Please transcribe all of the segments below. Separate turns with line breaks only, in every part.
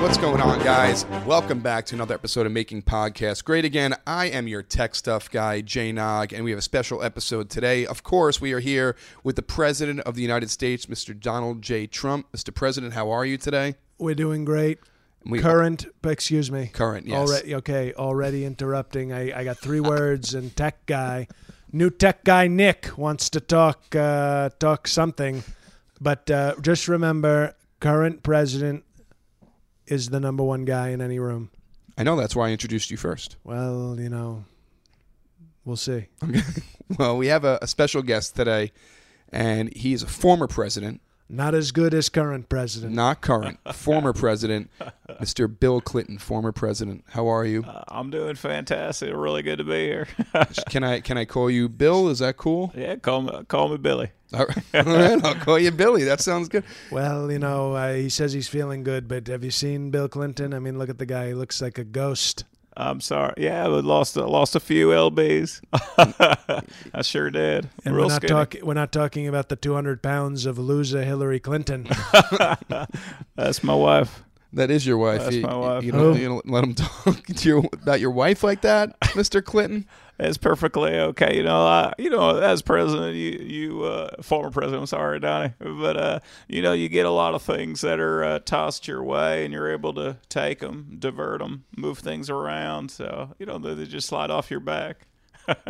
What's going on, guys? Welcome back to another episode of Making Podcasts Great Again. I am your tech stuff guy, Jay Nog, and we have a special episode today. Of course, we are here with the President of the United States, Mr. Donald J. Trump. Mr. President, how are you today?
We're doing great.
We-
current, but excuse me.
Current, yes.
Already, okay, already interrupting. I, I got three words and tech guy. New tech guy Nick wants to talk uh, talk something, but uh, just remember, current president is the number one guy in any room.
I know that's why I introduced you first.
Well, you know, we'll see.
Well, we have a, a special guest today, and he is a former president,
Not as good as current president.
not current, former president, Mr. Bill Clinton, former president. How are you?
I'm doing fantastic. Really good to be here.
Can I can I call you Bill? Is that cool?
yeah, call me, call me Billy.
All right, All right, I'll call you Billy. That sounds good.
Well, you know, uh, he says he's feeling good, but have you seen Bill Clinton? I mean, look at the guy. He looks like a ghost.
I'm sorry. Yeah, I lost a- lost a few lbs. I sure did.
And
Real
we're not,
skinny.
talk, we're not talking about the 200 pounds of loser Hillary Clinton.
That's my wife.
That is your wife.
That's
you,
my wife.
You don't,
Oh.
you don't let him talk to your, about your wife like that, Mr. Clinton.
It's perfectly okay. You know, I, you know, as president, you, you, uh, former president, I'm sorry, Donnie, but, uh, you know, you get a lot of things that are uh, tossed your way and you're able to take them, divert them, move things around. So, you know, they they just slide off your back.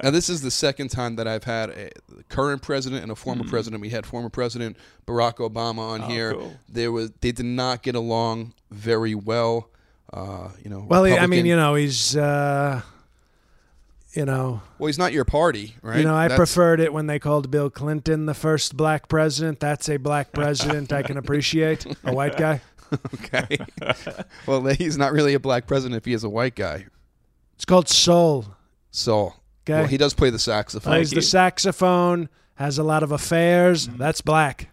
Now, this is the second time that I've had a current president and a former
Mm-hmm.
president. We had former President Barack Obama on here.
Oh, cool.
There was they did not get along very well. Uh, you know.
well, he- I mean,
Republican-
you know, he's, uh, you know,
well, he's not your party, right?
you know, I
That's-
preferred it when they called Bill Clinton the first black president. That's a black president I can appreciate. A white guy.
Okay. well, he's not really a black president if he is a white guy.
It's called soul.
So,
Okay.
well, he does play the saxophone.
Plays
you.
the saxophone. Has a lot of affairs.
Mm.
That's black.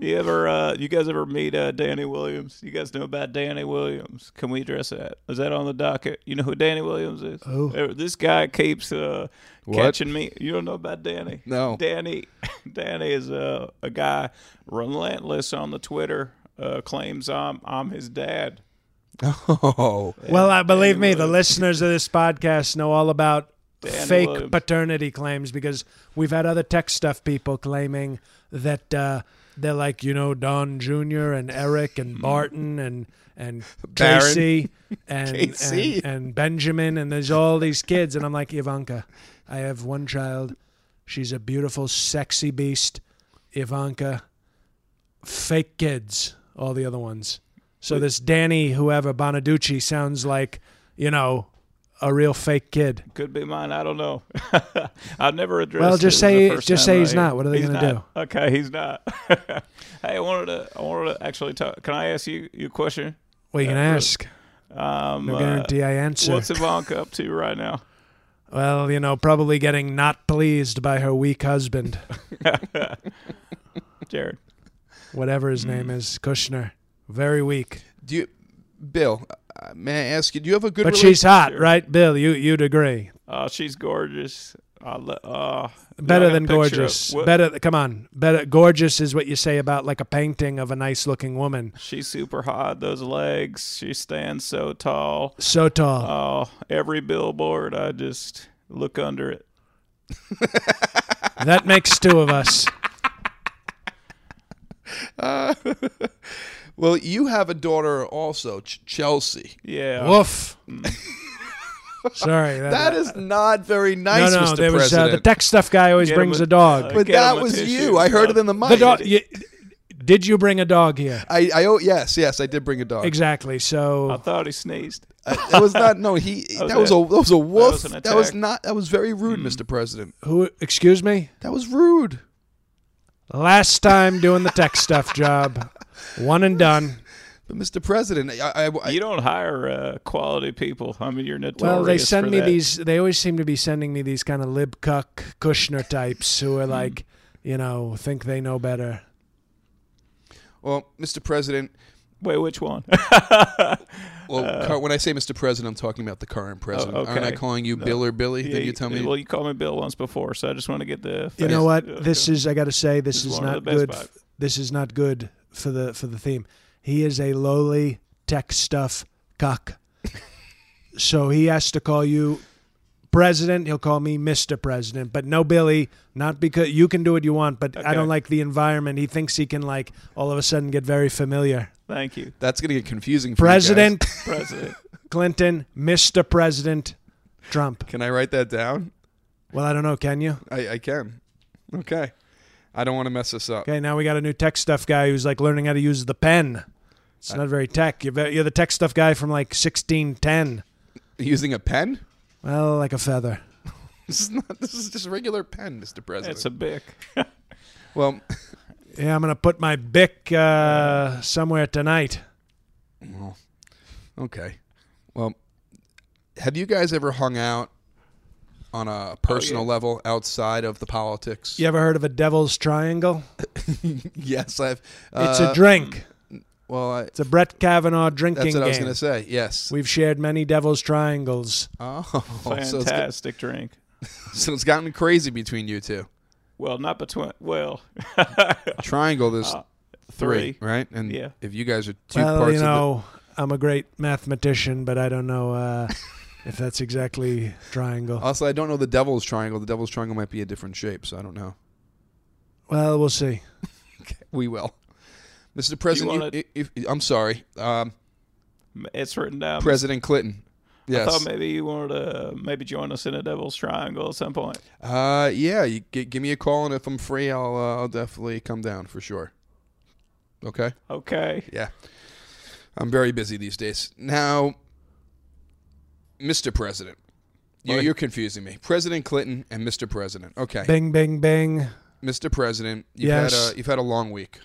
You ever, uh, you guys ever meet uh, Danny Williams? You guys know about Danny Williams? Can we address that? Is that on the docket? You know who Danny Williams is?
Oh.
Uh, this guy keeps uh,
What?
catching me. You don't know about Danny?
No.
Danny, Danny is a a guy relentless on the Twitter. Uh, claims I'm I'm his dad.
Oh,
Well, I believe me, the listeners of this podcast know all about
Danny
fake
Williams.
paternity claims because we've had other tech stuff people claiming that uh, they're like, you know, Don Jr. and Eric and Barton and and
Barron.
Casey and,
Casey.
and and Benjamin and there's all these kids and I'm like Ivanka, I have one child. She's a beautiful, sexy beast, Ivanka. Fake kids, all the other ones. So this Danny, whoever Bonaducci, sounds like you know a real fake kid.
Could be mine. I don't know. I've never addressed.
Well, just
it. It was the
say-
first
just
time
say
I
he's
hear-
not. What are they
he's
gonna
not. Okay, he's not. hey, I wanted to. I wanted to actually talk. Can I ask you you a question?
Well, you can ask.
Um,
No
uh,
guarantee I answer.
What's Ivanka up to right now?
well, you know, probably getting not pleased by her weak husband,
Jared.
whatever his name is, Kushner. Very weak,
do you, Bill? Uh, may I ask you? Do you have a good?
but
relation-
she's hot, right, Bill? You you'd agree.
Uh, she's gorgeous. I lo- uh,
Better
I got a
than
picture of-
gorgeous.
what-
Better. Come on. Better. Gorgeous is what you say about like a painting of a nice-looking woman.
She's super hot. Those legs. She stands so tall.
So tall.
Oh, every billboard. I just Look under it.
That makes two of us.
Well, you have a daughter also, Ch- Chelsea.
Yeah.
Woof. Sorry. That,
That is not very
no,
nice,
no.
Mr.
there was uh,
President.
the tech stuff guy always
Get him
brings
a-
a dog.
uh,
but
Get him
that
a
was
tissue.
you. I heard it in the mic.
the dog. You, did you bring a dog here?
I, I oh yes yes I did bring a dog.
Exactly.
I
So
thought he sneezed.
That was not no he that, was,
was it.
a that was a wolf.
was an
That was
attack.
not that was very rude, Mr. President.
who? Excuse me.
That was rude.
Last time doing the tech stuff job, one and done.
But Mr. President, I, I, I
you don't hire uh, quality people. I mean, you're notorious.
Well, they send
for
me
that.
these. They always seem to be sending me these kind of libcuck Kushner types who are
Hmm.
like, you know, think they know better.
well, Mr. President.
Wait, which one?
Well, cur- when I say Mr. President, I'm talking about the current president. Aren't I
okay.
calling you Bill or Billy?
Yeah,
Then you tell me.
Well, you called me Bill once before, so I just want to get the.
You
facts.
know what?
Yeah,
This is. I got to say, this,
is
is
one of
not
the best
good.
vibes.
f- This is not good for the for the theme. He is a lowly tech stuff cuck. so he has to call you president. He'll call me Mister President, but no Billy. Not because you can do what you want, but I
Okay.
don't like the environment. He thinks he can like all of a sudden get very familiar.
Thank you,
That's going to get confusing. For you guys.
President
President.
Clinton, Mr. President Trump.
can I write that down?
Well, I don't know. Can you?
I, I can. Okay. I don't want to mess this up.
Okay, now we got a new tech stuff guy who's like learning how to use the pen. It's not very tech. You're, ve- you're the tech stuff guy from like 1610.
Using a pen?
Well, like a feather.
This is not. This is just a regular pen, Mr. President.
That's a bic.
well,
Yeah, I'm going to put my Bic uh, somewhere tonight.
okay. Well, have you guys ever hung out on
Oh,
a personal level outside of the politics?
You ever heard of a devil's triangle?
Yes, I've.
It's
uh,
a drink.
Well, I,
It's a Brett Kavanaugh drinking
that's what
game.
I was going to say. Yes.
We've shared many devil's triangles.
oh, so it's, got-
Fantastic drink.
so it's gotten crazy between you two.
Well, not between. Well,
Uh,
Triangle. There's three,
three.
right? And
Yeah.
if you guys are two
Well,
parts
you
of
know, I'm a great mathematician, but I don't know uh, if that's exactly
the,
triangle.
also I don't know the devil's triangle. The devil's triangle might be a different shape, so I don't know.
Well, we'll see.
We will. Mr. President,
wanna-
you- if- if- I'm sorry. Um,
It's written down.
President Clinton. Yes.
I thought maybe you wanted to maybe join us in a Devil's Triangle at some point.
Uh, yeah, you g- give me a call, and if I'm free, I'll uh, I'll definitely come down for sure. Okay.
Okay.
Yeah. I'm very busy these days. Now, Mr. President, you,
What?
you're confusing me. President Clinton and Mr. President. Okay.
Bing, bing, bing.
Mr. President, you've
Yes.
had a you've had a long week,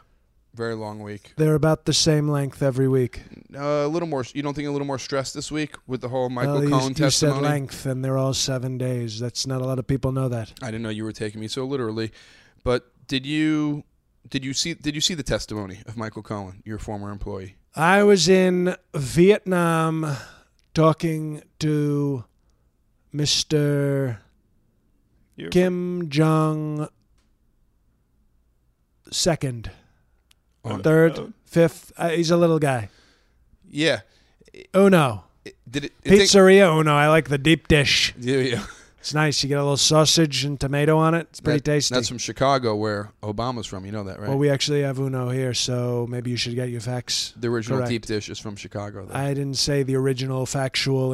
very long week.
They're about the same length every week.
Uh, a little more. You don't think a little more stress this week with the whole Michael
Well, Uh, you-
Cohen
you,
testimony?
said length, and they're all seven days. That's not a lot of people know that.
I didn't know you were taking me so literally, but did you did you see did you see the testimony of Michael Cohen, your former employee?
I was in Vietnam talking to Mr.
You're-
Kim Jong second,
Oh,
third, fifth. Uh, he's a little guy.
Yeah.
Uno.
It- Did it? it take-
Pizzeria Uno. I like the deep dish.
yeah, yeah.
It's nice. You get a little sausage and tomato on it. It's pretty
That-
tasty.
That's from Chicago, where Obama's from. You know that, right?
Well, we actually have Uno here, so maybe you should get your facts.
the original
correct.
deep dish is from Chicago. Though.
I didn't say the original factual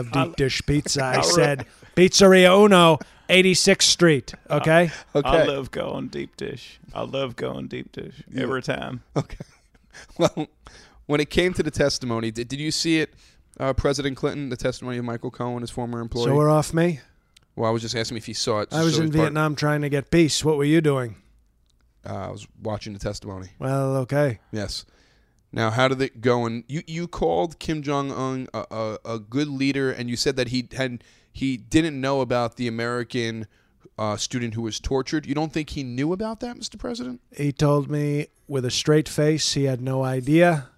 of deep dish pizza. I
re-
said Pizzeria Uno, 86th Street.
Uh,
Okay.
I
okay.
love going deep dish. I love going deep dish every time.
Okay. Well, when it came to the testimony, did, did you see it, uh, President Clinton, the testimony of Michael Cohen, his former employee?
So we're off me.
well, I was just asking if he saw it.
I was
so
in
it's part-
Vietnam trying to get peace. What were you doing?
uh, I was watching the testimony.
Well, okay.
Yes. Now, how did it go? And you, you called Kim Jong Un a, a, a good leader, and you said that he had he didn't know about the American uh, student who was tortured. You don't think he knew about that, Mr. President?
He told me with a straight face he had no idea.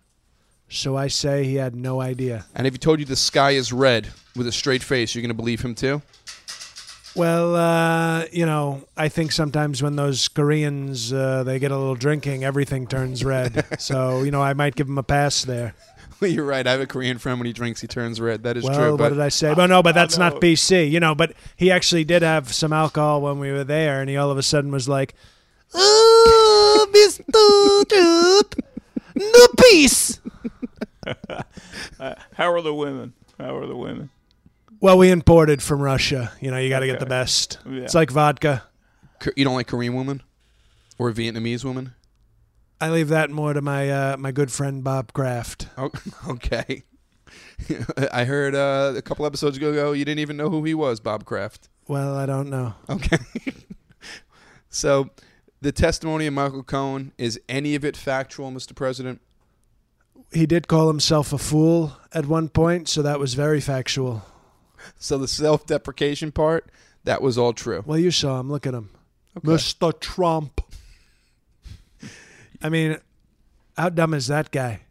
So I say he had no idea.
And if he told you the sky is red with a straight face, you're going to believe him too?
Well, uh, you know, I think sometimes when those Koreans uh, they get a little drinking, everything turns red. so you know, I might give them a pass there.
You're right. I have a Korean friend. When he drinks, he turns red. That is
Well,
true.
what
But
did I say? But no, but that's
know.
not BC, you know. But he actually did have some alcohol when we were there, and he all of a sudden was like, "Oh, Mister Trump, no peace."
Uh, How are the women? How are the women?
Well, we imported from Russia. You know, you got to get the best.
Yeah.
It's like vodka.
K- you don't like Korean women or Vietnamese women?
I leave that more to my uh, my good friend Bob Kraft.
Oh, okay. I heard uh, a couple episodes ago you didn't even know who he was, Bob Kraft.
Well, I don't know.
Okay. so, the testimony of Michael Cohen is any of it factual, Mr. President?
He did call himself a fool at one point, so that was very factual.
So the self-deprecation part that was all true.
Well, you saw him. Look at him, Mr. Trump. I mean, how dumb is that guy?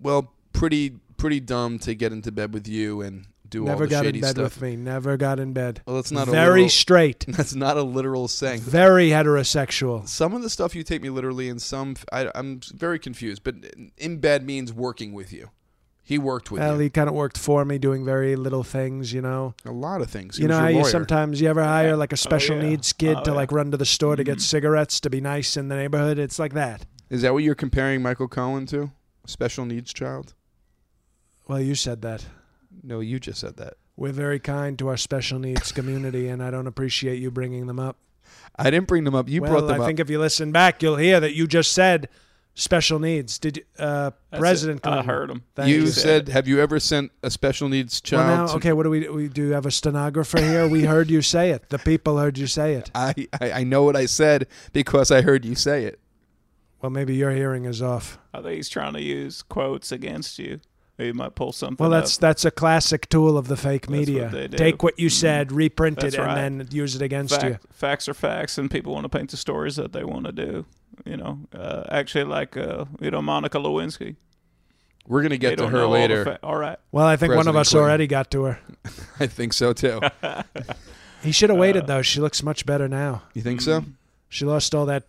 Well, pretty pretty dumb to get into bed with you and do all
Never
the
got
shady
in bed
stuff.
with me. Never got in bed.
Well, that's not a
very
literal-
straight.
That's not a literal saying.
Very heterosexual.
Some of the stuff you take me literally, and some I, am very confused. But in bed means working with you. He worked with
Well,
you
he kind of worked for me, doing very little things. You know.
a lot of things. He
you
was
know
your
how you
lawyer. Oh,
sometimes you ever hire like a special
yeah.
needs kid
Oh,
to
yeah.
like run to the store
Mm-hmm.
to get cigarettes to be nice in the neighborhood it's like that
Is that what you're comparing Michael Cohen to? A special needs child?
well you said that
No, you just said that.
we're very kind to our special needs community and i don't appreciate you bringing them up
I didn't bring them up. You
well
brought them
i
up.
think if you listen back you'll hear that you just said special needs did you uh
That's
president
it. I
Clinton.
heard him.
Thank
you
you
said,
said
"Have you ever sent a special needs
well,
child?"
now,
to-
okay, what do we we do? Have a stenographer here. We heard you say it. The people heard you say it.
I, I I know what I said because I heard you say it.
Well, maybe your hearing is off.
I think he's trying to use quotes against you. He might pull something.
Well, that's
up.
that's a classic tool of the fake
what
media.
they do. Mm-hmm.
Take what you said, reprint
That's
it,
right.
and then use it against
Fact-
you.
facts are facts, and people want to paint the stories that they want to do. You know, uh, actually, like uh, you know, Monica Lewinsky.
We're gonna
They
get to
don't
her
know all the
later.
fa- all right.
Well, I think one
President
of us
Clinton.
already got to her.
I think so too.
He should have
Uh,
waited though. She looks much better now.
You think so?
She lost all that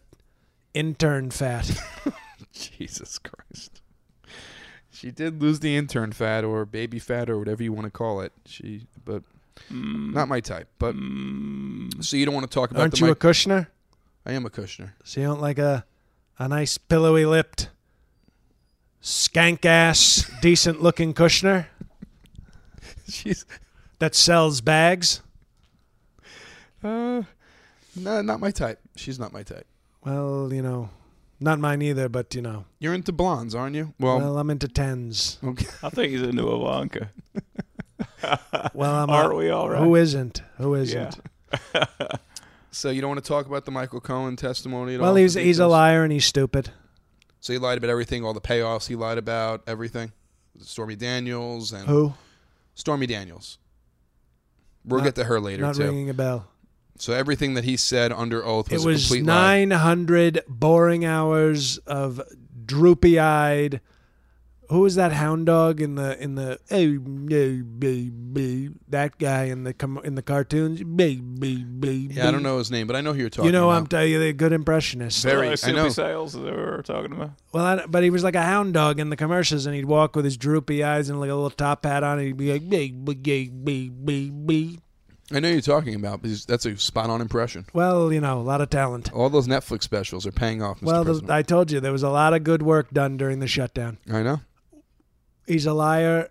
intern fat.
Jesus Christ. She did lose the intern fat or baby fat or whatever you want to call it. She, but not my type. But
Mm,
so you don't want to talk about
Mm. Aren't
the
you a
mic.
Kushner?
I am a Kushner.
So you don't like a a nice pillowy lipped, skank ass, decent looking Kushner
She's
that sells bags?
uh, no, not my type. She's not my type.
Well, you know, not mine either. But you know,
You're into blondes, aren't you? Well,
well, I'm into tens.
okay.
I think he's into Ivanka.
Well, I'm
Are
a-
we all right?
Who isn't? Who isn't?
Yeah.
So you don't want to talk about the Michael Cohen testimony at all?
Well, he's
the
he's a
details?
liar and he's stupid.
So he lied about everything, all the payoffs. He lied about everything. Stormy Daniels and
Who?
Stormy Daniels. We'll
Not-
get to her later
Not
too.
ringing a bell.
So everything that he said under oath was,
it was
a complete lie.
900 boring hours of droopy-eyed. Who was that hound dog in the in the hey, hey, baby, that guy in the com- in the cartoons? Baby, baby.
Yeah, I don't know his name, but I know who you're talking.
You know,
about.
I'm telling you, they're good impressionist.
Very-
Uh,
I
Soupy
know.
Sales is what we're talking about.
Well, I, don't- but he was like a hound dog in the commercials, and he'd walk with his droopy eyes and like a little top hat on, and he'd be like, baby, baby, baby.
I know who you're talking about because that's a spot on impression.
Well, you know, a lot of talent.
All those Netflix specials are paying off, Oh, Mr.
Well, the,
President.
I told you there was a lot of good work done during the shutdown.
I, know.
He's a liar,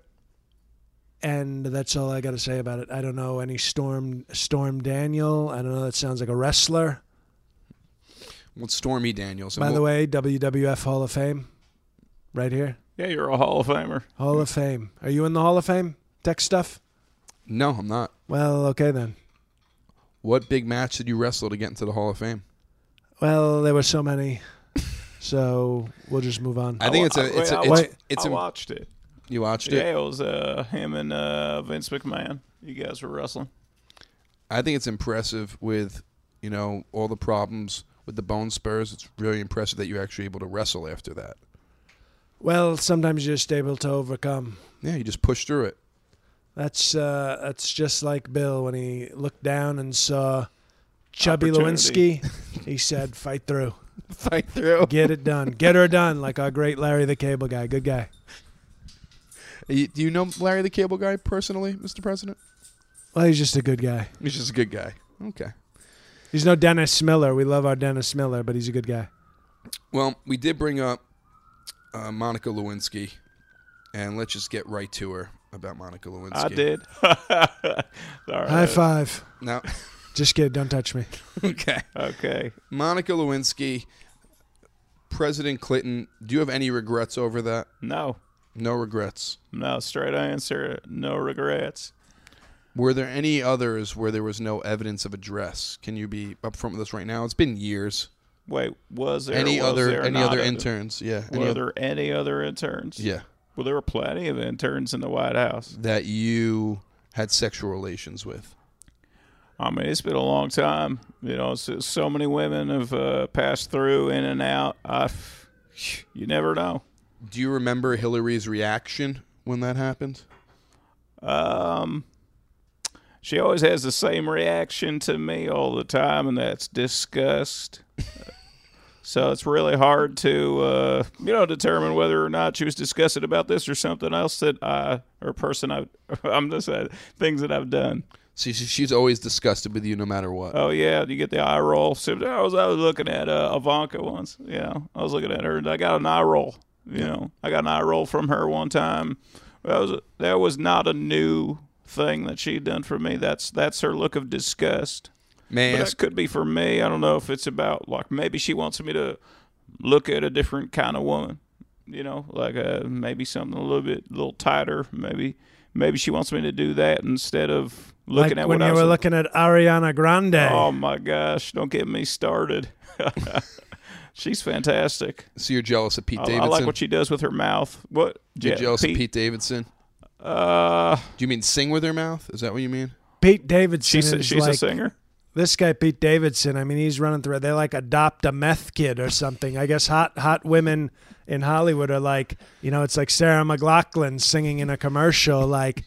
and that's all I got to say about it. I don't know any Storm Storm Daniel. I don't know. That sounds like a wrestler.
Well, it's Stormy Daniels.
By the way, WWF Hall of Fame, right here.
Yeah, you're a Hall of Famer.
Hall of Fame. Are you in the Hall of Fame? Tech stuff.
no, I'm not.
Well, okay then.
What big match did you wrestle to get into the Hall of Fame?
Well, there were so many, so we'll just move on.
I think it's a. It's a.
I-
It's,
wait.
it's
I
a-
watched it.
you watched it.
Yeah, it was uh, him and uh, Vince McMahon. You guys were wrestling.
I think it's impressive with, you know, all the problems with the bone spurs. It's really impressive that you're actually able to wrestle after that.
Well, sometimes you're just able to overcome.
Yeah, you just push through it.
That's uh, that's just like Bill when he looked down and saw Chubby
Opportunity.
Lewinsky. He said, "Fight through."
fight through.
Get it done. Get her done, like our great Larry the Cable Guy. Good guy.
You- Do you know Larry the Cable Guy personally, Mr. President?
Well, he's just a good guy.
He's just a good guy. Okay.
He's no Dennis Miller. We love our Dennis Miller, but he's a good guy.
Well, we did bring up uh, Monica Lewinsky, and let's just get right to her about Monica Lewinsky.
I did. All
High
right.
five.
Now,
Just kidding. Don't touch me.
okay.
Okay.
Monica Lewinsky, President Clinton, do you have any regrets over that?
No.
No regrets.
No. Straight answer. No regrets.
Were there any others where there was no evidence of address? Can you be upfront with us right now? It's been years.
Wait. Was there
any
was
other
there
any
not
other
a-
interns? Yeah. Any
Were
other,
there any other interns?
yeah.
Well, there were plenty of interns in the White House.
That you had sexual relations with.
I mean, it's been a long time. You know, so, so many women have uh, passed through, in and out. I, you never know.
Do you remember Hillary's reaction when that happened?
Um, she always has the same reaction to me all the time, and that's disgust. so it's really hard to, uh, you know, determine whether or not she was disgusted about this or something else that I or person I, I'm just saying things that I've done.
See, she- she's always disgusted with you no matter what.
Oh yeah, you get the eye roll. So I was I was looking at uh, Ivanka once. You know, I was looking at her, and I got an eye roll. You know, I got an eye roll from her one time. That was that was not a new thing that she'd done for me. That's that's her look of disgust.
May I
But
ask,
that could be for me. I don't know if it's about like maybe she wants me to look at a different kind of woman. You know, like uh, maybe something a little bit, a little tighter. Maybe maybe she wants me to do that instead of looking
like
at
when
what I
you
was
were looking at Ariana Grande.
Oh my gosh! Don't get me started. She's fantastic.
so you're jealous of Pete
I,
Davidson?
I like what she does with her mouth. What?
you're
Yeah,
jealous
Pete-
of Pete Davidson?
Uh,
Do you mean sing with her mouth? Is that what you mean?
Pete Davidson
she's
is
she's
like
a singer.
this guy Pete Davidson. I mean, he's running through. They like adopt a meth kid or something. I guess hot hot women in Hollywood are like, you know, it's like Sarah McLaughlin singing in a commercial. Like,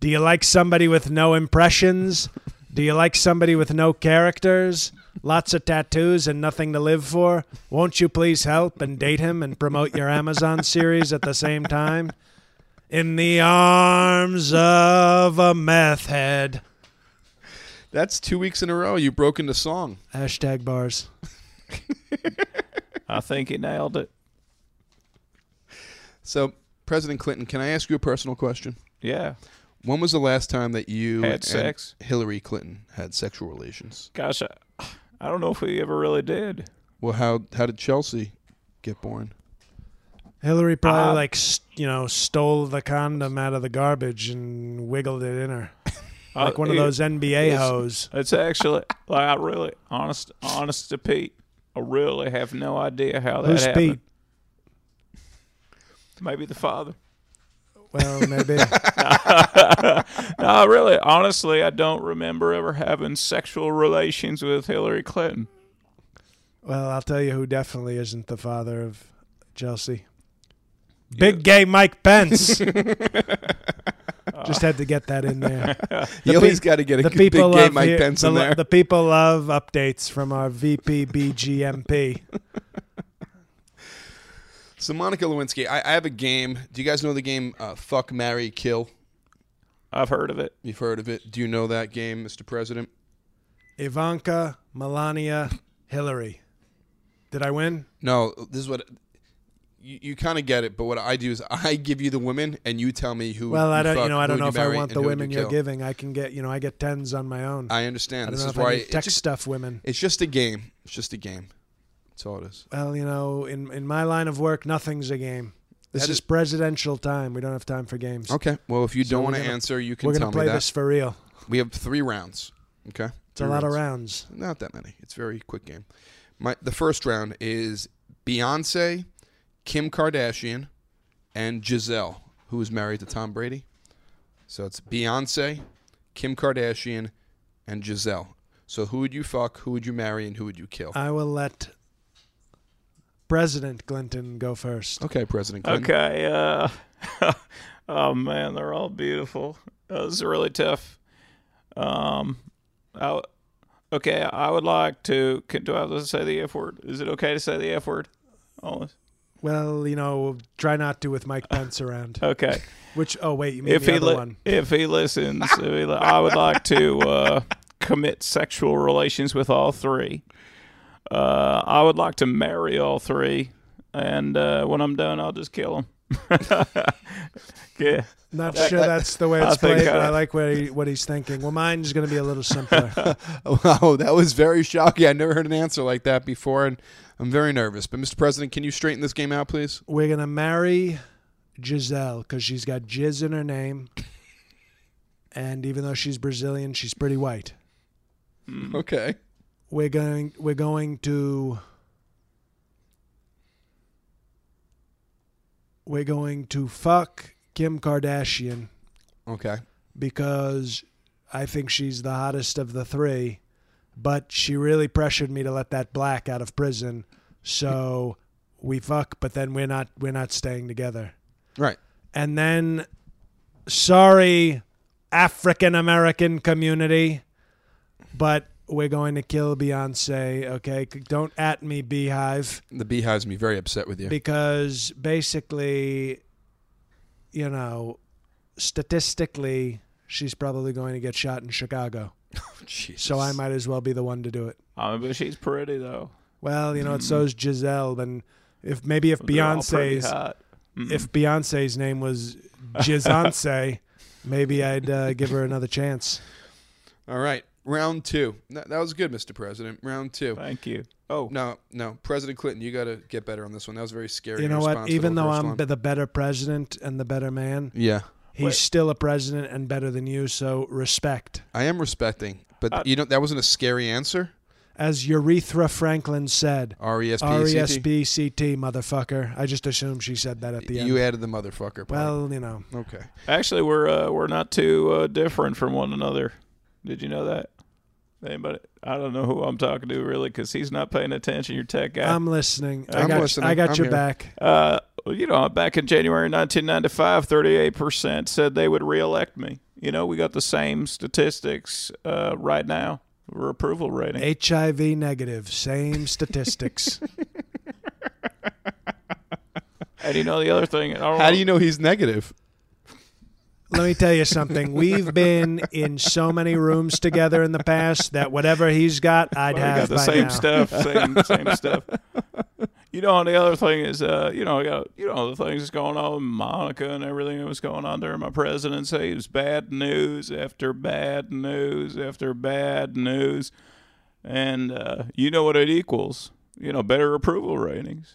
do you like somebody with no impressions? Do you like somebody with no characters? Lots of tattoos and nothing to live for. Won't you please help and date him and promote your Amazon series at the same time? In the arms of a meth head.
That's two weeks in a row you broke into song.
Hashtag bars.
I think he nailed it.
So, President Clinton, can I ask you a personal question?
Yeah.
When was the last time that you
Had
and
sex?
Hillary Clinton had sexual relations?
Gosh, I, I don't know if we ever really did.
Well, how how did Chelsea get born?
Hillary probably
Uh,
like s you know stole the condom out of the garbage and wiggled it in her, like
Uh,
one of
it-
those NBA
it's-
hoes.
It's actually like I really honest honest to Pete. I really have no idea how that
Who's
happened.
Pete?
Maybe the father.
Well, maybe.
No, really, honestly, I don't remember ever having sexual relations with Hillary Clinton.
well, I'll tell you who definitely isn't the father of Chelsea. Big gay Mike Pence. Just had to get that in there.
You
pe-
always got to get a
The
big
people
gay
love
Mike
he-
Pence
the,
in
lo-
there.
the people love updates from our VP BGMP.
so, Monica Lewinsky, I, I have a game. Do you guys know the game uh, Fuck, Marry, Kill?
I've heard of it.
You've heard of it. Do you know that game, Mr. President?
Ivanka, Melania, Hillary. Did I win?
No, this is what you, you kind of get it. But what I do is I give you the women, and you tell me who.
Well, I don't.
fuck,
You know, I
who
don't know
you
if I
marry,
want
and
the
who
women
you
you're
kill.
giving. I can get. You know, I get tens on my own. I,
I understand.
don't
this
know
is
if
why
I
it's
need tech
just,
stuff, women.
it's just a game. It's just a game. That's all it is.
Well, you know, in in my line of work, nothing's a game. This
That
is
is-
presidential time. We don't have time for games.
Okay. Well, if you
we're
don't want to
gonna-
answer, you can
We're
tell
gonna
me
play
that.
this for real.
We have three rounds. Okay.
It's a lot of rounds.
Not that many. It's a very quick game. My the first round is Beyonce, Kim Kardashian, and Giselle, who is married to Tom Brady. So it's Beyonce, Kim Kardashian, and Giselle. So who would you fuck? Who would you marry? And who would you kill?
I will let President Clinton go first.
okay, President Clinton.
Okay. Uh, oh man, they're all beautiful. Uh, this is really tough. Um, I Okay, I would like to. Can, do I have to say the F word? Is it okay to say the F word? Oh, On this?
Well, you know, try not to with Mike Pence around.
Okay.
Which? Oh wait, you mean
If
the
he,
other
li-
one?
if he listens, if he li- I would like to uh, commit sexual relations with all three. Uh, I would like to marry all three. And uh, when I'm done, I'll just kill them. yeah.
Not sure that's the way
I
it's
think,
played, but
uh,
I like what, he, what he's thinking. Well, mine's going to be a little simpler.
Wow, that was very shocking. I never heard an answer like that before, and I'm very nervous. But, Mr. President, can you straighten this game out, please?
We're going to marry Giselle because she's got jizz in her name. And even though she's Brazilian, she's pretty white.
Okay.
We're going, we're going to. We're going to fuck Kim Kardashian
Okay.
because I think she's the hottest of the three, but she really pressured me to let that black out of prison. So we fuck, but then we're not we're not staying together.
Right.
And then sorry African American community, but we're going to kill Beyonce, okay? Don't at me beehive
The beehives me very upset with you.
because basically, you know, statistically, she's probably going to get shot in Chicago.
Jesus.
So I might as well be the one to do it.
Uh, but she's pretty, though.
Well, you know, it's so's Giselle, and if maybe if
Mm-hmm. They're all pretty
Beyonce's
hot.
if Beyonce's name was Gisance, maybe I'd uh, give her another chance.
All right. Round two. That, that was good, Mr. President. Round two.
Thank you. Oh,
No, no. President Clinton, you got to get better on this one. That was very scary.
You know
in
what?
response to
Even
the
though
first
I'm
one.
the better president and the better man,
yeah.
he's
Wait.
still a president and better than you. So respect.
I am respecting, but
Uh,
you know that wasn't a scary answer.
As Urethra Franklin said,
R E S P
R
E
E S
C T.
B C T, motherfucker. I just assumed she said that at the end.
You added the motherfucker. part.
well, you know,
okay.
Actually, we're uh, we're not too uh, different from one another. Did you know that? Anybody? I don't know who I'm talking to really, because he's not paying attention. Your tech guy.
I'm listening. i
I'm
got,
listening.
I got
I'm
your
here.
back.
uh, you know, back in January 1995, 38 percent said they would reelect me. You know, we got the same statistics uh, right now. We're approval rating.
HIV negative, same statistics.
And you know the other thing. I don't
How do you know he's negative?
Let me tell you something. We've been in so many rooms together in the past that whatever he's got, I'd
We
have
got the
by
same
now.
stuff, same same stuff. You know, and the other thing is, uh, you know, I got you know the things that's going on with Monica and everything that was going on during my presidency. It was bad news after bad news after bad news, and uh, you know what it equals? You know, better approval ratings.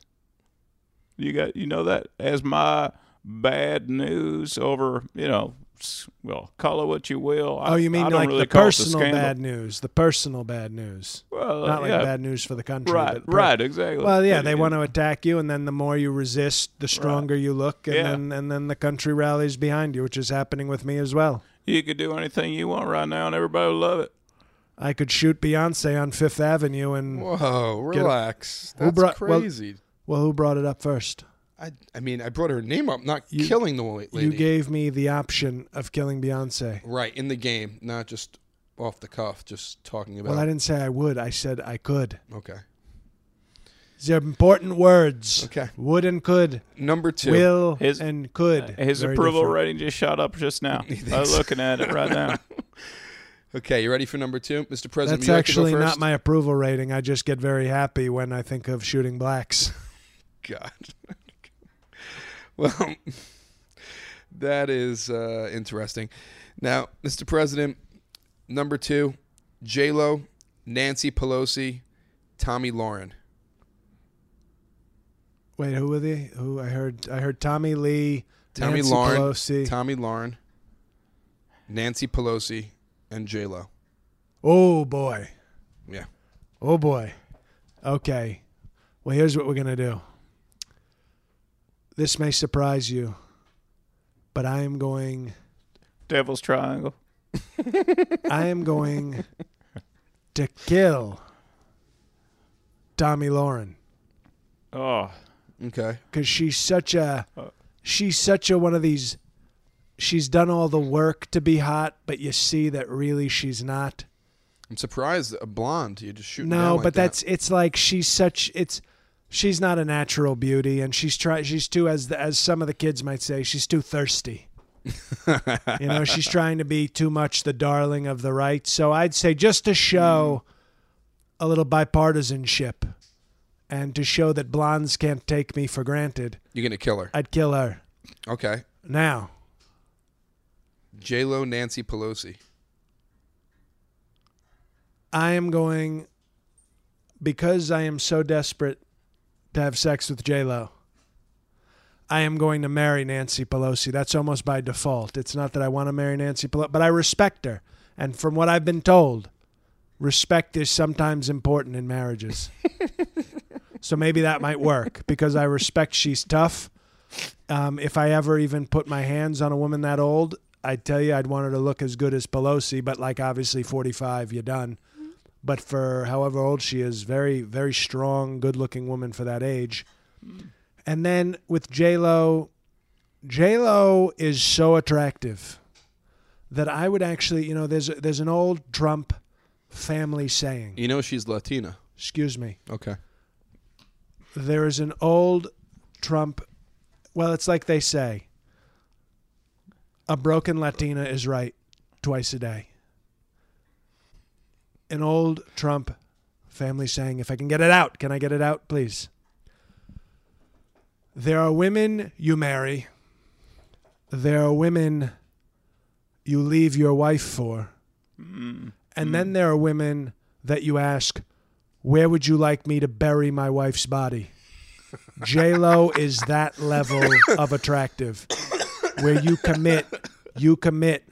You got you know that as my bad news over you know. s- Well, call it what you will. I-
Oh, you mean
I don't
like
really
the
call it
personal
scandal.
bad news? The personal bad news.
Well,
Not like
yeah,
bad news for the country.
Right,
but per-
right, exactly.
Well, yeah,
But
they
it-
want to attack you, and then the more you resist, the stronger you look, and
Yeah.
then and then the country rallies behind you, which is happening with me as well.
You could do anything you want right now, and everybody would love it.
I could shoot Beyonce on Fifth Avenue, and
Whoa, relax.
Who
That's
brought- well-
crazy.
well, who brought it up first?
I, I mean, I brought her name up, not
You-
killing the white lady.
You gave me the option of killing Beyonce.
right in the game, not just off the cuff, just talking about.
Well, I didn't say I would. I said I could.
okay.
These are important words.
Okay.
Would and could.
Number two. uh,
Will
His-
and could.
His
Very
approval
different.
rating just shot up just now. I'm looking at it right now.
okay, you ready for number two, Mr. President? would
That's
you like to go
actually
first?
not my approval rating. I just get very happy when I think of shooting blacks.
God. well, that is uh, interesting. Now, Mr. President, number two, J Lo, Nancy Pelosi, Tommy Lauren.
Wait, who were they? Who I heard? I heard Tommy Lee,
Tommy
Nancy
Lauren,
Pelosi.
Tommy Lauren, Nancy Pelosi, and J Lo.
oh boy.
Yeah.
Oh boy. Okay. Well, here's what we're going to do. This may surprise you, but I am going
Devil's Triangle.
I am going to kill Tommy Lauren
Oh,
Okay.
cuz she's such a she's such a one of these she's done all the work to be hot, but you see that really she's not.
I'm surprised a blonde. You're just shooting. down
No,
like
but
that.
that's it's like she's such it's she's not a natural beauty and she's try she's too as the, as some of the kids might say she's too thirsty. you know, she's trying to be too much the darling of the right. So I'd say just to show
Hmm.
a little bipartisanship and to show that blondes can't take me for granted,
you're gonna kill her.
I'd kill her
Okay,
now.
J Lo, Nancy Pelosi.
I am going because I am so desperate to have sex with J Lo. I am going to marry Nancy Pelosi. That's almost by default. It's not that I want to marry Nancy Pelosi, but I respect her. And from what I've been told, respect is sometimes important in marriages. so maybe that might work because I respect she's tough. Um, if I ever even put my hands on a woman that old, I'd tell you I'd want her to look as good as Pelosi, but like obviously 45, you're done. But for however old she is, very, very strong, good looking woman for that age. And then with J Lo, J Lo is so attractive that I would actually, you know, there's there's an old Trump family saying.
You know she's Latina.
Excuse me.
Okay.
There is an old Trump. Well, it's like they say. A broken Latina is right twice a day. An old Trump family saying, if I can get it out, can I get it out, please? There are women you marry. There are women you leave your wife for. And then there are women that you ask, where would you like me to bury my wife's body? J Lo is that level of attractive, where you commit, you commit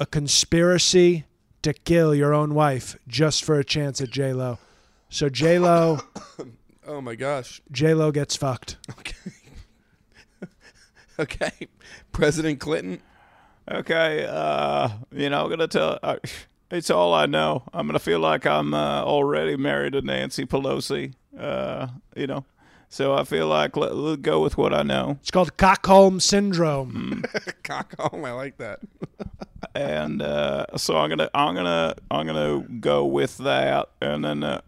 a conspiracy to kill your own wife just for a chance at J Lo. So J Lo,
Oh my gosh.
J Lo gets fucked.
Okay. okay. President Clinton.
Okay, uh, you know, I'm gonna tell. I, it's all I know. I'm gonna feel like I'm uh, already married to Nancy Pelosi. Uh, you know, so I feel like let, let's go with what I know.
It's called Cockholm syndrome.
Cock home. I like that.
and uh, so I'm gonna I'm gonna I'm gonna go with that, and then uh,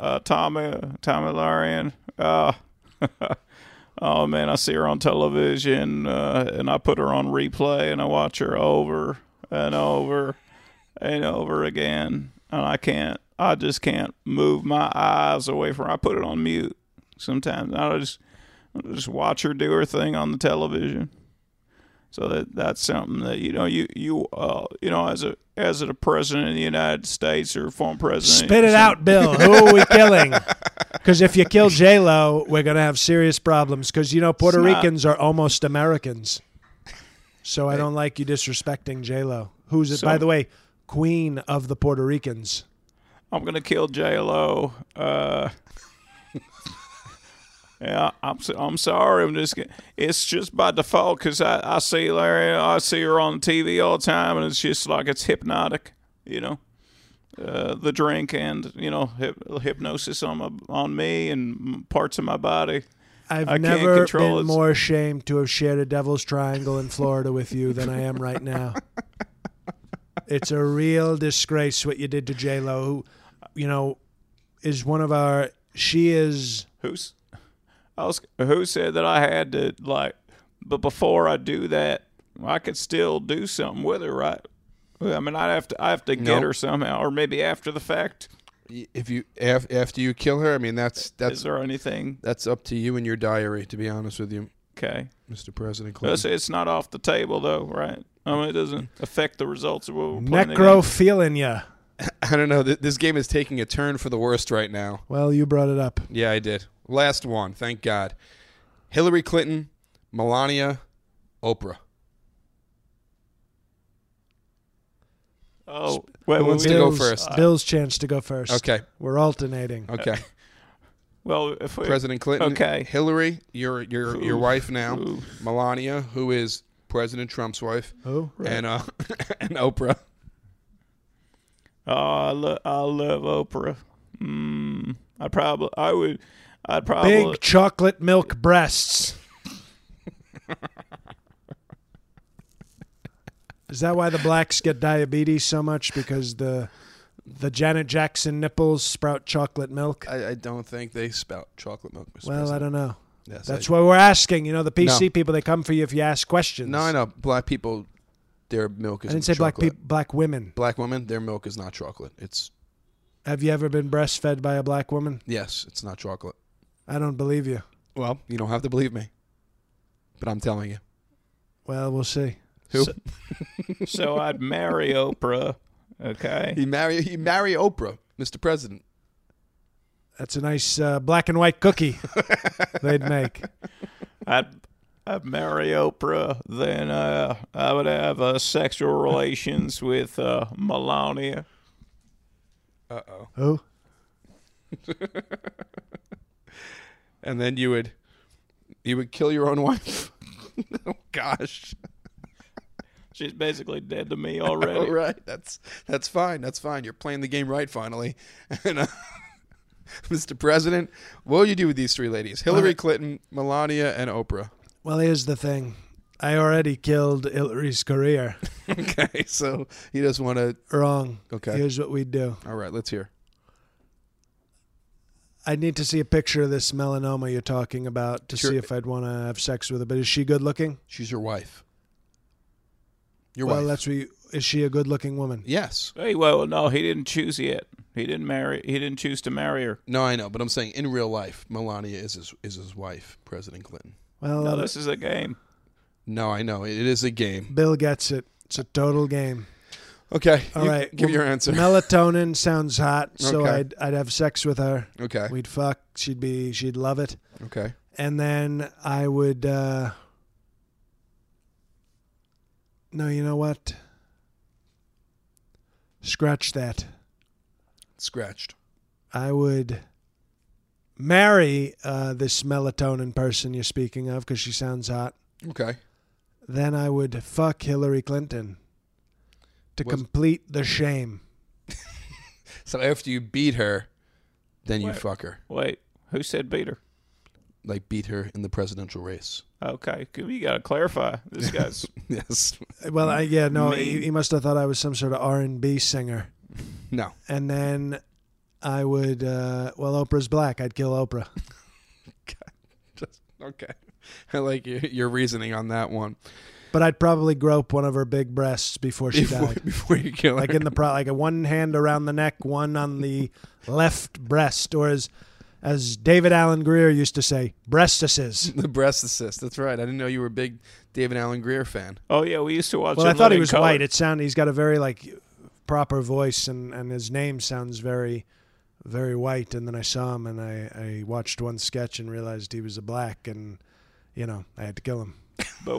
uh, Tommy Tommy Larian. Uh, oh man, I see her on television, uh, and I put her on replay, and I watch her over and over and over again, and I can't I just can't move my eyes away from. her. I put it on mute sometimes. I just I just watch her do her thing on the television. So that that's something that you know you you uh, you know as a as a president of the United States or former president,
Spit it out, Bill. Who are we killing? Because if you kill J Lo, we're gonna have serious problems. Because you know Puerto
It's not-
Ricans are almost Americans. So I don't like you disrespecting J Lo, who's by the way, Queen of the Puerto Ricans.
I'm gonna kill J Lo. Uh, yeah, I'm so- I'm sorry. I'm just get- it's just by default because I I see Larry, I see her on TV all the time, and it's just like it's hypnotic, you know. Uh, the drink and you know hyp- hypnosis on my, on me and parts of my body.
I've
I can't
never
control
been
it.
more ashamed to have shared a Devil's Triangle in Florida with you than I am right now. It's a real disgrace what you did to J Lo, who, you know, is one of our. She is.
Who's I was, who said that I had to like? But before I do that, I could still do something with her, right? I mean, I have to, I have to get
Nope.
her somehow, or maybe after the fact.
Y- If you af- after you kill her, I mean that's
Is
that's
there anything?
that's up to you and your diary. To be honest with you,
Okay,
Mr. President Clinton.
Let's say it's not off the table though, right? I mean, it doesn't affect the results of what we're playing. the
Necro
game.
feeling ya.
I don't know. Th- this game is taking a turn for the worst right now.
Well, you brought it up.
Yeah, I did. Last one. Thank God. Hillary Clinton, Melania, Oprah.
Oh, wait,
who
well,
wants to
we-
go
Bill's-
first?
Bill's chance to go first.
Okay.
We're alternating.
Okay.
well, if we,
President Clinton.
Okay.
Hillary, your your your
Oof,
wife now.
oof.
Melania, who is President Trump's wife,
Who?
and uh, and Oprah.
Oh, I, lo- I love Oprah. Mm, I probably, I would, I'd probably
Big chocolate milk breasts. Is that why the blacks get diabetes so much? Because the the Janet Jackson nipples sprout chocolate milk?
I, I don't think they spout chocolate milk. Mr.
well, I
President.
don't know.
Yes,
That's
I,
why we're asking. You know, the PC
No.
people they come for you if you ask questions.
No, I know. Black people, their milk
I
is.
didn't say black
chocolate.
people, black women.
Black women, their milk is not chocolate. It's
Have you ever been breastfed by a black woman?
yes, it's not chocolate.
I don't believe you.
Well, you don't have to believe me, but I'm telling you.
Well, we'll see.
Who?
So, so I'd marry Oprah. Okay.
He marry he marry Oprah, Mr. President.
That's a nice uh, black and white cookie they'd make.
I'd I'd marry Oprah. Then uh, I would have uh, sexual relations with uh, Melania.
Who?
And then you would you would kill your own wife. oh gosh.
She's basically dead to me already.
All right. That's that's fine. That's fine. You're playing the game right finally. And uh, Mr. President, what will you do with these three ladies? Hillary Clinton, Melania, and Oprah.
Well, here's the thing. I already killed Hillary's career.
Okay, so he doesn't want to.
Wrong.
Okay.
Here's what we do.
All right, let's hear.
I need to see a picture of this melanoma you're talking about to
Sure.
see if I'd want to have sex with her. But is she good looking?
She's your wife. Your
well,
wife.
that's what you, is she a good looking woman?
yes.
Hey, well, no, he didn't choose yet. He didn't marry. He didn't choose to marry her.
No, I know, but I'm saying in real life, Melania is his is his wife, President Clinton.
Well,
No, this is a game.
No, I know it is a game.
Bill gets it. It's a total game.
Okay,
All
you-
right.
give
well,
your answer.
Melatonin sounds hot, so
Okay.
I'd I'd have sex with her.
okay,
We'd fuck. She'd be she'd love it.
okay.
And then I would uh No, you know what? Scratch that.
Scratched.
I would marry uh, this melatonin person you're speaking of because she sounds hot.
Okay.
Then I would fuck Hillary Clinton to
Was-
complete the shame.
So after you beat her, then you
Wait.
fuck her,
Wait, who said beat her?
like beat her in the presidential race.
Okay, you gotta clarify. This guy's
yes.
Well, I, yeah, no,
Me.
he, he must have thought I was some sort of R and B singer.
No.
And then I would, uh, well, Oprah's black. I'd kill Oprah.
Just- okay. I like your, your reasoning on that one.
But I'd probably grope one of her big breasts before she
Before,
died.
before you kill her.
Like in the pro, like a one hand around the neck, one on the left breast, or as as David Allen Greer used to say, breastises.
The breast assist. That's right. I didn't know you were a big David Allen Greer fan.
Oh yeah, we used to watch.
Well, I
In
thought he
Living
was
Color.
white. It sounded he's got a very like proper voice, and and his name sounds very very white. And then I saw him, and I I watched one sketch and realized he was a black, and you know I had to kill him.
but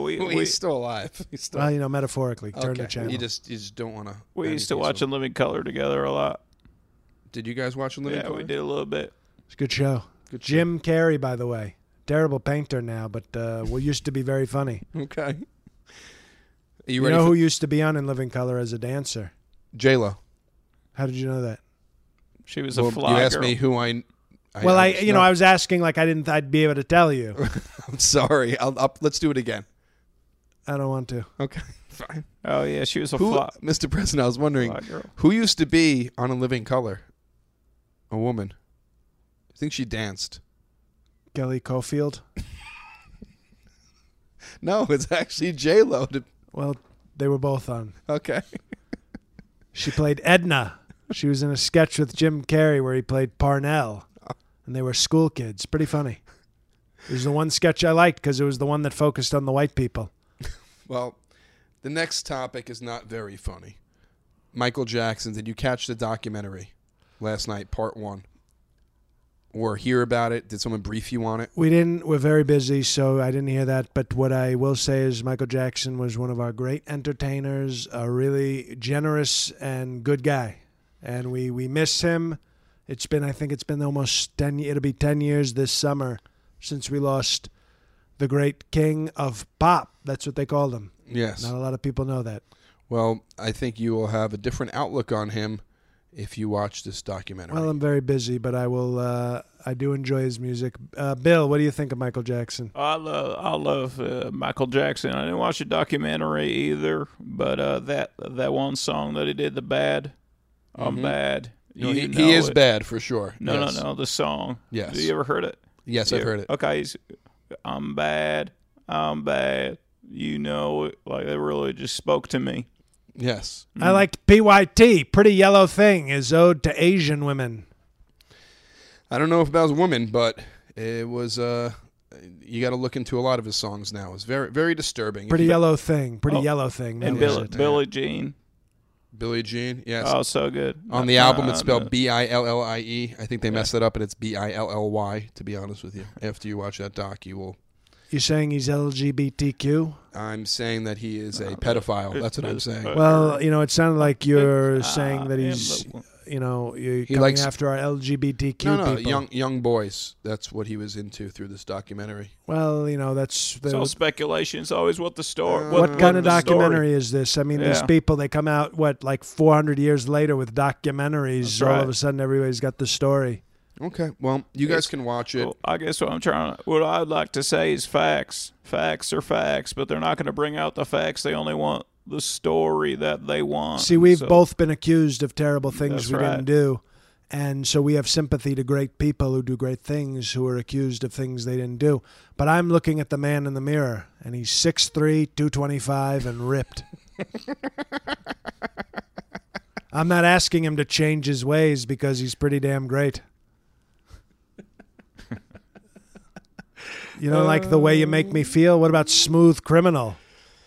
we
Well,
we,
he's still alive. He's still.
Well, you know, metaphorically, turn the channel.
You just you just don't want to.
we used to watch In Living Color together a lot.
Did you guys watch Living
yeah,
Color?
we did a little bit.
It's a good show. Jim Carrey, by the way, terrible painter now, but uh, well, used to be very funny.
Okay. Are you,
You,
ready?
know
for
who used to be on In Living Color as a dancer?
J Lo.
How did you know that?
She was
Well,
a
you
fly
asked
girl.
me who I.
well, I, you know, I
no,
was asking like I didn't, I'd be able to tell you.
I'm sorry. I'll, I'll, let's do it again.
I don't want to.
Okay, fine.
oh yeah, she was a
Who,
fly,
Mr. President, I was wondering
fly girl.
who used to be on A Living Color. A woman. I think she danced.
Kelly Cofield.
No, it's actually J Lo.
Well, they were both on.
Okay.
She played Edna. She was in a sketch with Jim Carrey where he played Parnell, and they were school kids. Pretty funny. It was the one sketch I liked because it was the one that focused on the white people.
Well, the next topic is not very funny. Michael Jackson, did you catch the documentary last night, part one? Or hear about it? Did someone brief you on it?
We didn't. We're very busy, so I didn't hear that. But what I will say is Michael Jackson was one of our great entertainers, a really generous and good guy, and we we miss him. It's been I think it's been almost ten. It'll be ten years this summer since we lost the great king of pop. That's what they called him.
Yes.
Not a lot of people know that.
Well, I think you will have a different outlook on him if you watch this documentary.
Well, I'm very busy, but I will. Uh, I do enjoy his music. Uh, Bill, what do you think of Michael Jackson?
I love I love uh, Michael Jackson. I didn't watch the documentary either, but uh, that that one song that he did, the bad, I'm bad.
Mm-hmm. No, he,
You know
he is
it.
bad for sure.
No,
yes.
no, no. The song.
Yes.
Do you ever heard it?
Yes,
You
I've
ever-
heard it.
Okay. He's, I'm bad. I'm bad. You know it. Like they really just spoke to me.
Yes.
I liked PYT. Pretty Yellow Thing is owed to Asian women.
I don't know if that was a woman, but it was. Uh, you got to look into a lot of his songs now. It's very, very disturbing.
Pretty
If you-
Yellow Thing. Pretty
Oh,
Yellow Thing.
And
That was
Billie,
it.
Billie Jean.
Billie Jean. Yes.
Oh, so good.
On the
Uh,
album, it's
uh,
spelled B I L L I E. I think they messed that up, and it's B I L L Y. To be honest with you, after you watch that doc, you will.
You're saying he's LGBTQ?
I'm saying that he is a pedophile. That's what I'm saying.
Well, you know, it sounded like you're saying that
I am
he's,
the one.
you know, you're
He
coming
likes-
after our LGBTQ
No, no,
people.
young young boys. That's what he was into through this documentary.
Well, you know, that's
It's all
the,
speculation. It's always what the story.
Uh, what kind of
the story-
documentary is this? I mean, these
Yeah.
people they come out what like 400 years later with documentaries.
That's
All of
right.
a sudden, everybody's got the story.
Okay, well, you guys can watch it.
Well, I guess what I'm trying, what I'd like to say is facts. Facts are facts, but they're not going to bring out the facts. They only want the story that they want.
See, we've
So-
both been accused of terrible things
That's
we
right.
didn't do. And so we have sympathy to great people who do great things who are accused of things they didn't do. But I'm looking at the man in the mirror, and he's 6'3, 225, and ripped. I'm not asking him to change his ways because he's pretty damn great. You don't like the way you make
Um.
me feel? What about smooth criminal?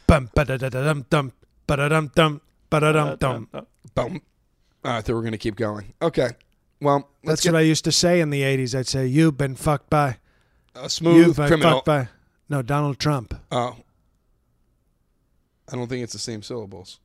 Bum, ba-da-da-da-dum, dum, ba-da-dum-dum, ba-da-dum-dum.
Boom. I thought we were going to keep going. Okay. Well, let's
That's
get
what I used to say in the 80s. I'd say, You've been fucked by.
a
You've
smooth
been
criminal.
fucked by. No, Donald Trump.
Oh. I don't think it's the same syllables.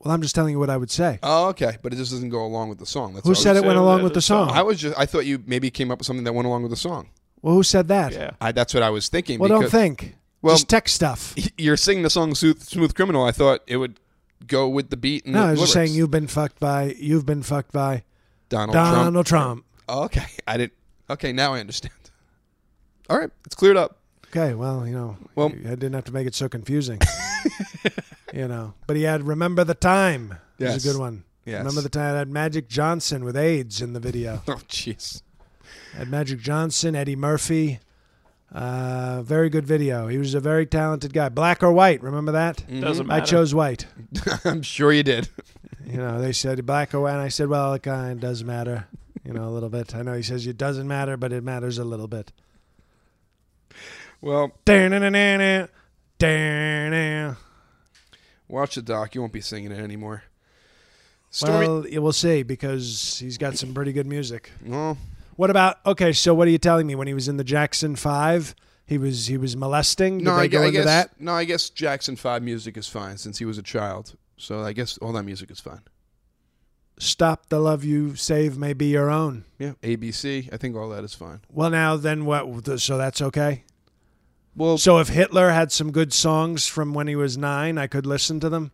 Well, I'm just telling you what I would say.
Oh, okay. But it just doesn't go along with the song. That's
who
all.
said it
say
went
that
along
at
with
the
the song?
I was just I thought you maybe came up with something that went along with the song.
well, who said that?
Yeah.
I that's what I was thinking.
Well, don't
because
think.
Well-
just tech stuff.
You're singing the song "Smooth, Smooth Criminal." I thought it would go with the beat. And
No,
the
I was just
lyrics.
saying, You've been fucked by. You've been fucked by.
Donald, Trump.
Donald Trump.
Oh, okay, I didn't. Okay, now I understand. All right, it's cleared up.
Okay, well, you know,
Well-
I didn't have to make it so confusing. you know, but he had "Remember the Time." Yes.
Yes.
was a good one.
Yes.
Remember the time I had Magic Johnson with AIDS in the video.
Oh, jeez.
I had Magic Johnson, Eddie Murphy. Uh, very good video. He was a very talented guy. Black or white? Remember that?
Doesn't
I
matter.
chose white.
Mm-hmm. I'm sure you did.
You know, they said black or white, and I said, well, it kind of does matter. You know, a little bit. I know he says it doesn't matter, but it matters a little bit.
Well,
Da-na-na-na-na. Da-na.
watch the doc. You won't be singing it anymore. Stormy.
Well, yeah, we'll see because he's got some pretty good music.
Well,
What about okay? So what are you telling me? When he was in the Jackson Five, he was he was molesting. Did
no,
they
I, gu-
go
I
into
guess
that?
no, I guess Jackson Five music is fine since he was a child. So I guess all that music is fine.
Stop the love you save may be your own.
Yeah, ABC. I think all that is fine.
Well, now then what? So that's okay.
Well,
So if Hitler had some good songs from when he was nine, I could listen to them.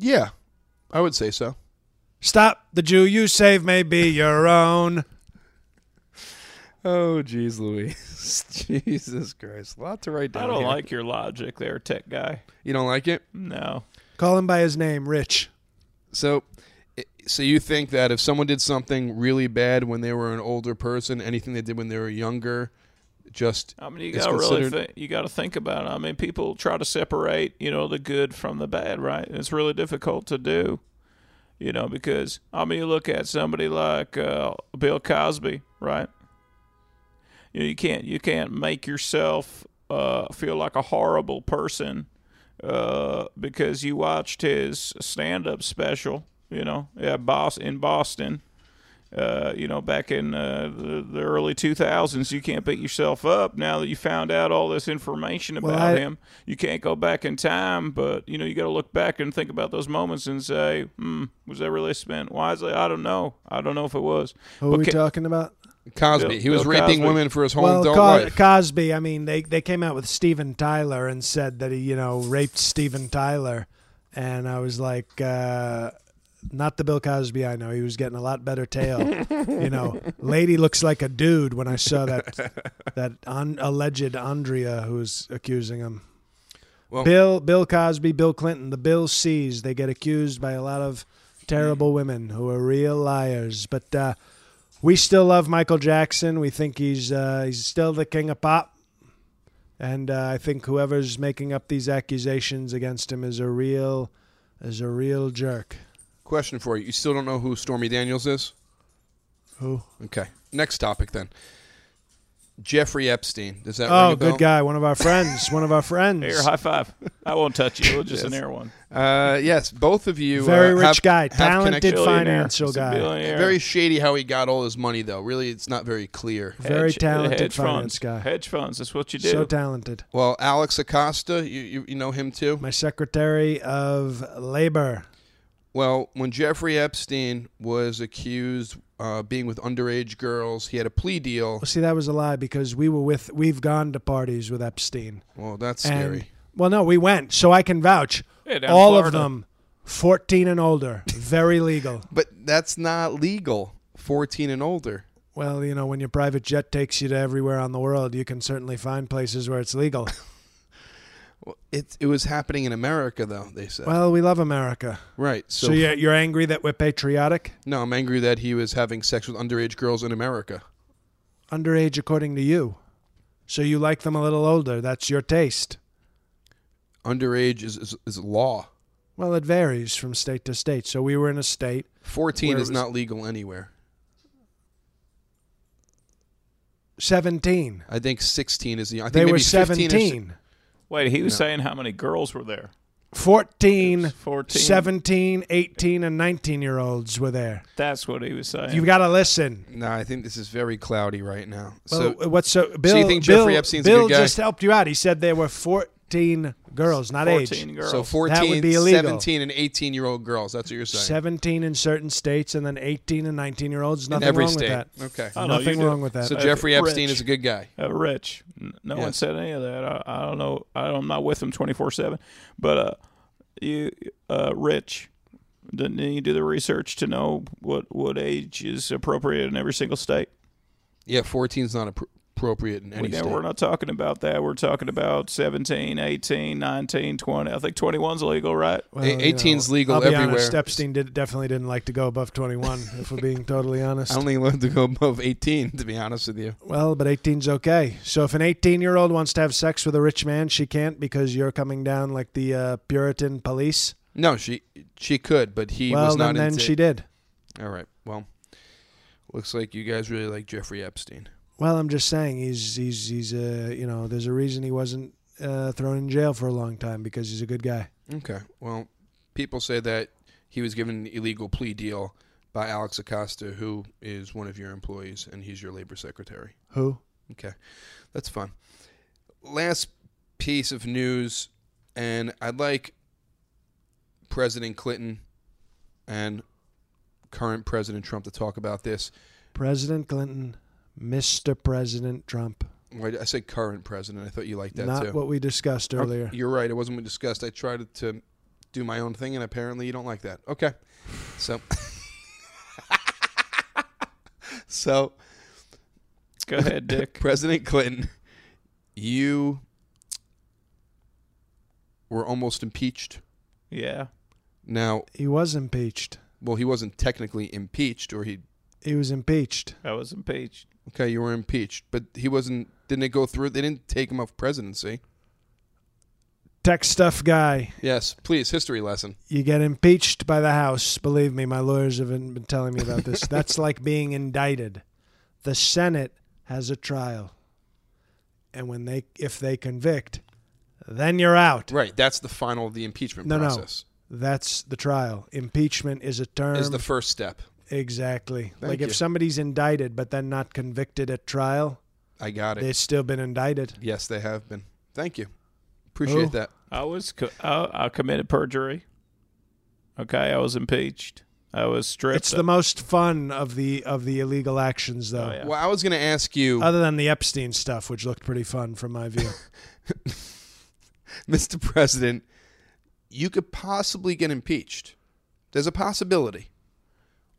yeah, I would say so.
Stop the Jew you save may be your own.
Oh, jeez, Louise. Jesus Christ, a lot to write down.
I don't
here.
like your logic there, tech guy.
You don't like it.
No.
Call him by his name, Rich.
So, i- so you think that if someone did something really bad when they were an older person, anything they did when they were younger, just
I mean, you
is
got to really
considered-
think, you got to think about it. I mean, people try to separate, you know, the good from the bad, right? It's really difficult to do, you know, because I mean, you look at somebody like uh, Bill Cosby, right? You know, you can't you can't make yourself uh, feel like a horrible person uh, because you watched his stand-up special, you know, yeah, Bos in Boston uh, you know, back in uh, the, the early 2000s, you can't beat yourself up now that you found out all this information about
Well, I-
him. You can't go back in time, but you know, you got to look back and think about those moments and say, hmm, was that really spent wisely? I don't know. I don't know if it was.
Who
But
are we
ca-
talking about?
Cosby.
Bill-
he was
Bill
raping
Cosby.
women for his home
well,
adult
Co-
life.
Cosby. I mean, they they came out with Steven Tyler and said that he, you know, raped Steven Tyler, and I was like, uh, not the Bill Cosby I know. He was getting a lot better tail. you know, lady looks like a dude when I saw that that un- alleged Andrea who was accusing him.
Well-
Bill Bill Cosby, Bill Clinton, the Bill C's. They get accused by a lot of terrible women who are real liars. But uh, we still love Michael Jackson. We think he's uh, he's still the king of pop. And uh, I think whoever's making up these accusations against him is a real is a real jerk.
Question for you. You still don't know who Stormy Daniels is?
Who?
Okay. Next topic then. Jeffrey Epstein. Does that ring
Oh,
a bell?
good guy. One of our friends. One of our friends.
Air high five. I won't touch you. We'll just an air one.
Uh, yes, both of you.
Very
uh,
rich
have-
guy,
have
talented
connections.
Billionaire.
financial
He's a
guy.
billionaire.
Very shady how he got all his money though. Really, it's not very clear.
Very
Hedge-
talented
hedge
finance
funds.
guy.
Hedge funds. That's what you do.
So talented.
Well, Alex Acosta, you you, you know him too.
My secretary of labor.
Well, when Jeffrey Epstein was accused uh, being with underage girls, he had a plea deal.
Well, see, that was a lie because we were with. We've gone to parties with Epstein.
Well, that's
And-
scary.
well, no, we went, so I can vouch.
Yeah, down
All of
Florida.
them, fourteen and older, very legal.
But that's not legal. 14 and older.
Well, you know, when your private jet takes you to everywhere on the world, you can certainly find places where it's legal.
It it was happening in America though. They said.
Well, we love America.
right. So,
So, you're, you're angry that we're patriotic?
no, I'm angry that he was having sex with underage girls in America.
Underage, according to you. So you like them a little older. That's your taste.
Underage is is, is law.
Well, it varies from state to state. So we were in a state.
14
Where
is
it was-
not legal anywhere.
17.
I think 16 is the. I think
They
maybe
were
15 or si-
17.
Wait, he was saying how many girls were there?
14,
14.
17, 18, and 19 year olds were there.
That's what he was saying.
You've got to listen.
No, I think this is very cloudy right now.
Well, uh,
so
what's so Bill?
you think
Bill,
Jeffrey Epstein's a
Bill
good guy?
just helped you out. He said there were 14 girls, not
14
age.
girls.
so
That
14,
would be illegal.
17, and 18 year old girls. That's what you're saying.
17 in certain states, and then 18 and 19 year olds.
in
Nothing
every
wrong
state.
with that.
Okay.
Oh, no, you
Nothing
do.
wrong with that.
So
Uh,
Jeffrey
Rich.
Epstein is a good guy.
uh, rich. N- No one
Yes.
said any of that. I, I don't know. I don't, I'm not with him 24 seven. But uh, you, uh, rich, didn't you do the research to know what what age is appropriate in every single state?
Yeah, 14 is not appro- appropriate in any
We,
state.
we're not talking about that. We're talking about 17, 18, 19, 20. I think 21's legal, right?
Well,
A-
you know,
18's e-, legal
I'll be Honest,
everywhere.
Epstein did, definitely didn't like to go above 21, if we're being totally honest.
I only love to go above 18, to be honest with you.
Well, but 18's okay. So if an 18 year old wants to have sex with a rich man, she can't because you're coming down like the uh, Puritan police.
No, she she could, but he
well,
was not
then, then
into
she did.
All right. Well, looks like you guys really like Jeffrey Epstein.
Well, I'm just saying he's he's he's uh you know there's a reason he wasn't uh, thrown in jail for a long time because he's a good guy.
Okay. Well, people say that he was given an illegal plea deal by Alex Acosta, who is one of your employees, and he's your labor secretary.
Who?
Okay, that's fun. Last piece of news, and I'd like President Clinton and current President Trump to talk about this.
President Clinton, Mr. President Trump.
Why did I say current president. I thought you liked that
Not
too.
what we discussed earlier.
You're right. It wasn't what we discussed. I tried to do my own thing, and apparently you don't like that. Okay, so so
Go ahead, Dick.
President Clinton, you were almost impeached.
yeah.
Now,
He was impeached.
well, he wasn't technically impeached, or he
He was impeached.
I was impeached.
okay, you were impeached, but he wasn't. Didn't it go through? They didn't take him off presidency.
Tech stuff guy.
Yes, please, history lesson.
You get impeached by the House. Believe me, my lawyers have been been telling me about this. That's like being indicted. The Senate has a trial, and when they if they convict, then you're out.
Right, that's the final of the impeachment
No, no.
process.
That's the trial. Impeachment is a term.
Is the first step.
exactly. like
you.
if somebody's indicted but then not convicted at trial,
I got it.
they've still been indicted.
yes, they have been. Thank you. Appreciate
Who?
that.
I was co- I, I committed perjury. Okay, I was impeached. I was stripped.
It's the most fun of the of the illegal actions though.
Oh, yeah.
Well, I was going to ask you,
Other than the Epstein stuff, which looked pretty fun from my view.
Mr. President, you could possibly get impeached. There's a possibility.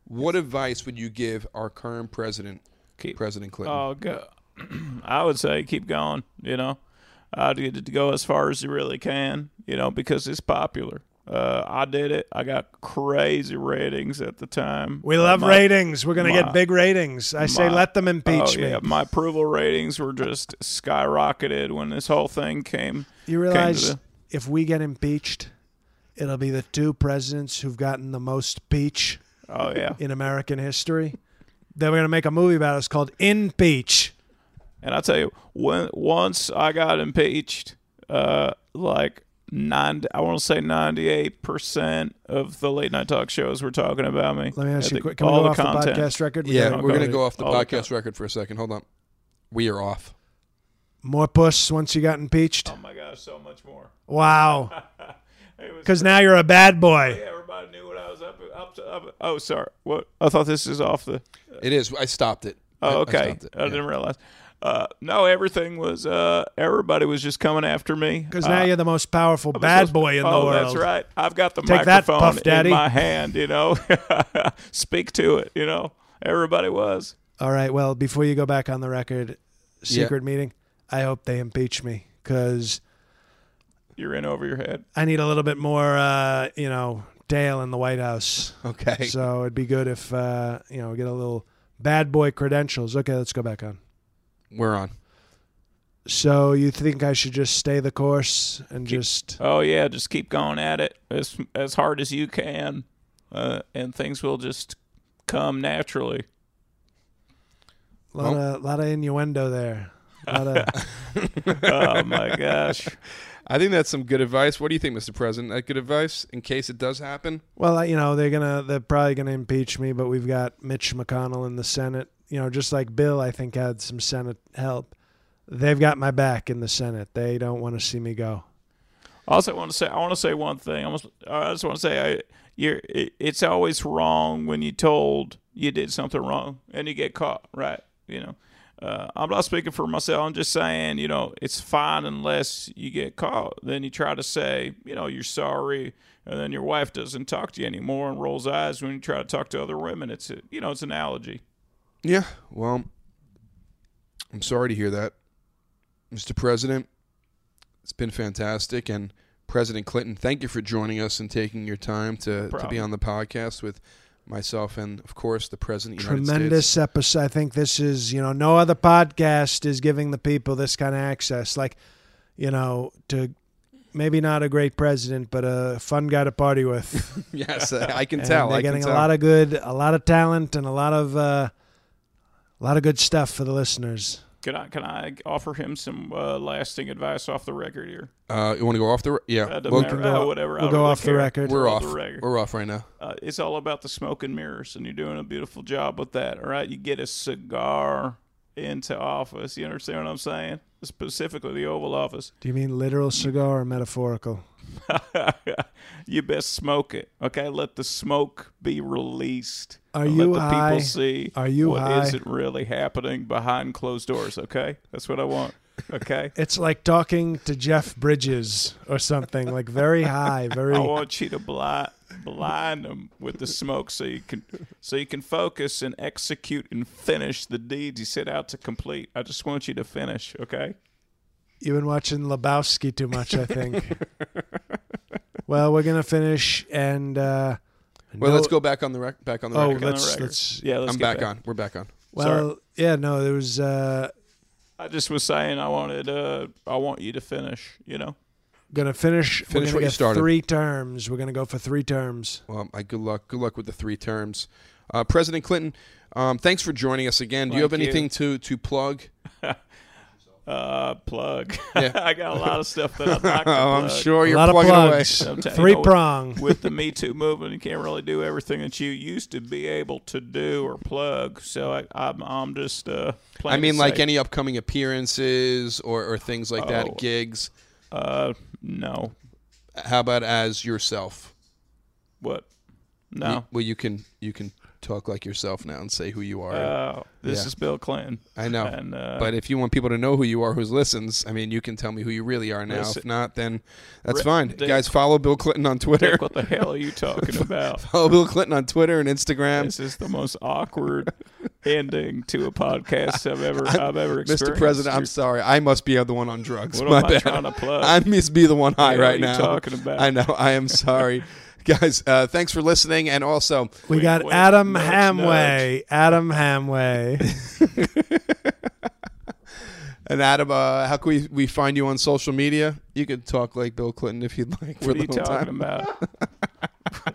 What advice would you give our current president,
Keep-
President Clinton?
Oh, go. I would say keep going. You know, I'd get to go as far as you really can. You know, because it's popular. Uh, I did it. I got crazy ratings at the time. Uh,
We love
My-
ratings. We're going to
my-
get big ratings. I say
my-
let them
Oh,
impeach me.
yeah. My approval ratings were just skyrocketed when this whole thing came.
You
came to
realize
the-
if we get impeached, it'll be the two presidents who've gotten the most peach
Oh, yeah.
in American history. Then we're going to make a movie about us called In Peach.
And I tell you, when once I got impeached, uh, like nine, I want to say ninety-eight percent of the late night talk shows were talking about me.
Let me ask
I
you
think
quick. Can we
all
go off the
content-
podcast record? We
Yeah,
gotta-
we're
okay.
gonna go off the
Oh, okay.
podcast record for a second. Hold on, we are off.
More puss once you got impeached.
Oh my gosh, so much more.
Wow.
It was
Because now you're a bad boy.
yeah, everybody knew what I was up up to. Up, oh, sorry. What? I thought this is off the.
It is. I stopped it. I-
Uh, Oh,
I
okay. I,
stopped it. Yeah.
didn't realize. Uh, no, everything was. Uh, everybody was just coming after me.
Because now you're the most powerful bad boy in the
oh,
world.
that's right. I've got the
Take that,
microphone
Puff Daddy.
in my hand. You know, speak to it. You know, everybody was.
All right. Well, before you go back on the record,
Yeah.
secret meeting, I hope they impeach me because
You're in over your head.
I need a little bit more, uh, you know, Dale in the White House.
Okay.
So it'd be good if, uh, you know, we get a little bad boy credentials. Okay, let's go back on.
We're on.
So you think I should just stay the course and just.
Oh yeah, just keep going at it as as hard as you can, uh, and things will just come naturally.
A lot, of, lot of innuendo there. Lot of,
Oh my gosh.
I think that's some good advice. What do you think, Mr. President? That good advice in case it does happen.
well, you know, they're gonna they're probably gonna impeach me, but we've got Mitch McConnell in the Senate. You know, just like Bill, I think had some Senate help. They've got my back in the Senate. They don't want to see me go.
Also, want to say I want to say one thing. I, almost, I just want to say I, you're. It, it's always wrong when you told you did something wrong and you get caught. Right? You know. Uh, I'm not speaking for myself. I'm just saying, you know, it's fine unless you get caught. Then you try to say, you know, you're sorry, and then your wife doesn't talk to you anymore and rolls eyes when you try to talk to other women. It's, a, you know, it's an analogy.
Yeah. Well, I'm sorry to hear that, Mr. President. It's been fantastic, and President Clinton, thank you for joining us and taking your time to, to be
problem.
on the podcast with myself and, of course, the President of the United
Tremendous
States.
episode. I think this is, you know, no other podcast is giving the people this kind of access. Like, you know, to maybe not a great president, but a fun guy to party with.
Yes, I can
And
tell.
They're
I can
getting
tell.
a lot of good, a lot of talent, and a lot of uh, a lot of good stuff for the listeners.
Can I can I offer him some uh, lasting advice off the record here?
Uh, you want to go off the? r- Yeah.
That doesn't
Well,
matter.
can go-
Uh, whatever. I
we'll
don't
go
really
off the
care.
record.
We're
Off
off.
the record.
We're off right now.
uh, it's all about the smoke and mirrors, and you're doing a beautiful job with that. All right, you get a cigar into office. You understand what I'm saying? Specifically, the Oval Office.
Do you mean literal cigar or metaphorical?
you best smoke it. Okay, let the smoke be released.
Are
And
you
let the
high?
people see
Are you
what
high?
isn't really happening behind closed doors. Okay, that's what I want. Okay,
It's like talking to Jeff Bridges or something, like very high, very.
I want you to blind blind them with the smoke, so you can so you can focus and execute and finish the deeds you set out to complete. I just want you to finish, okay?
You've been watching Lebowski too much, I think. well, we're gonna finish, and uh,
Well,
no-
let's go back on the rec- back on the
Oh,
record.
On the
let's-
record.
let's-
yeah, let's
I'm
get
back on. We're back on.
Well, yeah, no, there was. Uh,
I just was saying I wanted uh I want you to finish. You know,
gonna finish. we're
Finish
gonna
what you
get
started.
Three terms. We're gonna go for three terms.
Well, I, good luck. Good luck with the three terms. Uh, President Clinton, um, thanks for joining us again. Do you have
Thank you.
anything to to plug?
uh, plug.
Yeah.
I got a lot of stuff that I'd like to
Oh, I'm
plug.
sure
a
you're
lot of
plugging away.
plugs.
Sometimes,
Three
you know,
prong.
with the Me Too movement, you can't really do everything that you used to be able to do or plug. So I, I'm, I'm just uh,
I
playing it
mean, like
safe.
any upcoming appearances or, or things like
Oh.
that, gigs.
uh, no,
How about as yourself?
what, no.
Well, you can you can talk like yourself now and say who you are.
Uh, this
Yeah.
is Bill Clinton.
I know,
and, uh,
but if you want people to know who you are, who listens, I mean, you can tell me who you really are now.
Listen-
if not, then that's
Rick-
fine.
Dick-
Guys, follow Bill Clinton on Twitter.
Dick, what the hell are you talking about?
follow Bill Clinton on Twitter and Instagram.
This is the most awkward ending to a podcast I've ever I've ever experienced.
Mr. President, I'm sorry. I must be the one on drugs.
What
My
am I
bad.
trying to plug?
I must be the one high
What are
right
you
now.
talking about?
I know. I am sorry, guys. Uh, thanks for listening, and also
We
Wink,
got
wink,
Adam
nudge,
Hamway. Adam Hamway.
and Adam, uh, how can we, we find you on social media? You could talk like Bill Clinton if you'd like for
What
the
are you
whole
talking
time.
about?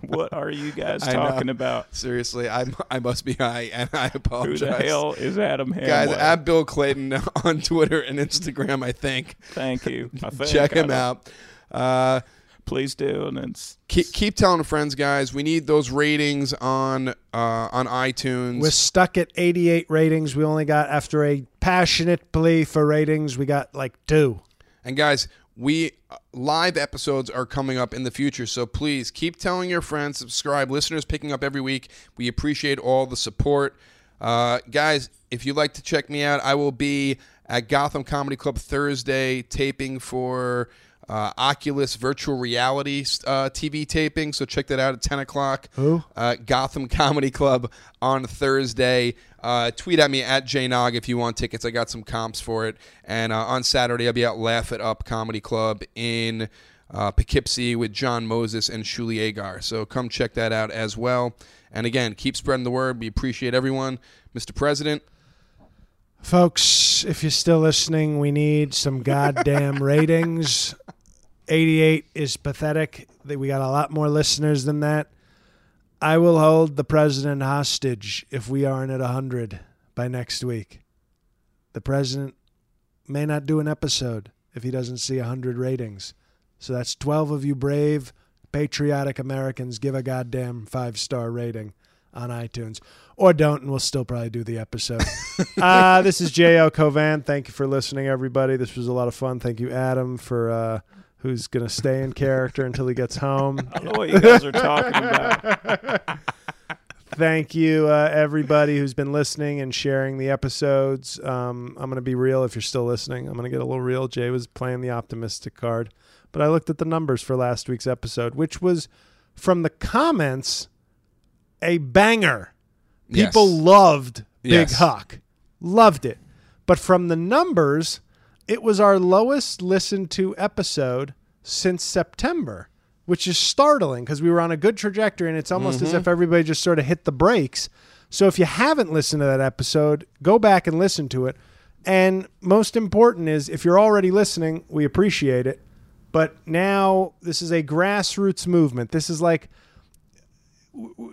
what are you guys
I know.
talking about?
Seriously, I I must be high, and I
Who
apologize.
the hell is Adam Hamway?
Guys, at Bill Clayton on Twitter and Instagram, I think.
Thank you. I think
Check
I
him
don't-
out. Uh,
Please do. And it's
keep, keep telling friends, guys. We need those ratings on uh, on iTunes.
We're stuck at 88 ratings. We only got, after a passionate plea for ratings, we got like two.
And guys, we uh, live episodes are coming up in the future, so please keep telling your friends, subscribe. Listeners picking up every week. We appreciate all the support, uh, guys. If you'd like to check me out, I will be at Gotham Comedy Club Thursday taping for. Uh, Oculus virtual reality uh, TV taping, so check that out at 10 o'clock. Who? Uh, Gotham Comedy Club on Thursday. Uh, tweet at me at jnog if you want tickets. I got some comps for it. And uh, on Saturday, I'll be at Laugh It Up Comedy Club in uh, Poughkeepsie with John Moses and Shuli Agar. So come check that out as well. And again, keep spreading the word. We appreciate everyone. Mr. President,
Folks, if you're still listening, we need some goddamn ratings. 88 is pathetic. That We got a lot more listeners than that. I will hold the president hostage if we aren't at 100 by next week. The president may not do an episode if he doesn't see 100 ratings. So that's 12 of you brave, patriotic Americans. Give a goddamn five star rating on iTunes. Or don't, and we'll still probably do the episode. uh, this is J.L. Covan. Thank you for listening, everybody. This was a lot of fun. Thank you, Adam, for. Uh, Who's gonna stay in character until he gets home?
I don't know what you guys are talking about.
Thank you, uh, everybody who's been listening and sharing the episodes. Um, I'm going to be real if you're still listening. I'm going to get a little real. Jay was playing the optimistic card, but I looked at the numbers for last week's episode, which was from the comments a banger.
yes.
People loved Big
Yes.
Huck, loved it. But from the numbers, it was our lowest listened to episode since September, which is startling because we were on a good trajectory and it's almost
Mm-hmm.
as if everybody just sort of hit the brakes. So if you haven't listened to that episode, go back and listen to it. And most important is if you're already listening, we appreciate it. But now this is a grassroots movement. This is like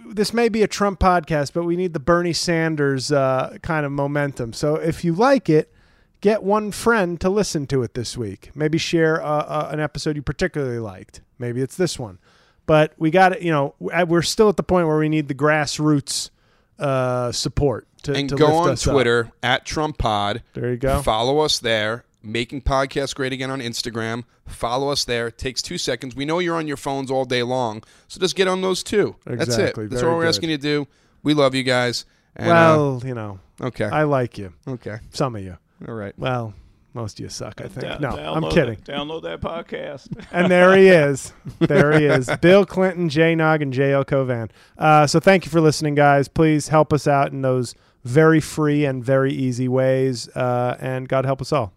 this may be a Trump podcast, but we need the Bernie Sanders uh, kind of momentum. So if you like it, get one friend to listen to it this week. Maybe share uh, uh, an episode you particularly liked. Maybe it's this one. But we got to, you know, w- we're still at the point where we need the grassroots uh, support to,
and
to
go
lift
on
us up.
Twitter at Trump Pod.
There you go.
Follow us there. Making Podcast Great Again on Instagram. Follow us there. Takes two seconds. We know you're on your phones all day long, so just get on those two. That's it.
Exactly.
That's
Very
all we're
good.
asking you to do. We love you guys. And, uh,
well, you know,
okay.
I like you.
okay.
Some of you.
All right.
Well, most of you suck, I think.
Down-
No, I'm
download
kidding.
that- download that podcast.
and there he is. There he is. Bill Clinton, Jay Nog, and J.L. Covan. Uh, so thank you for listening, guys. Please help us out in those very free and very easy ways. Uh, and God help us all.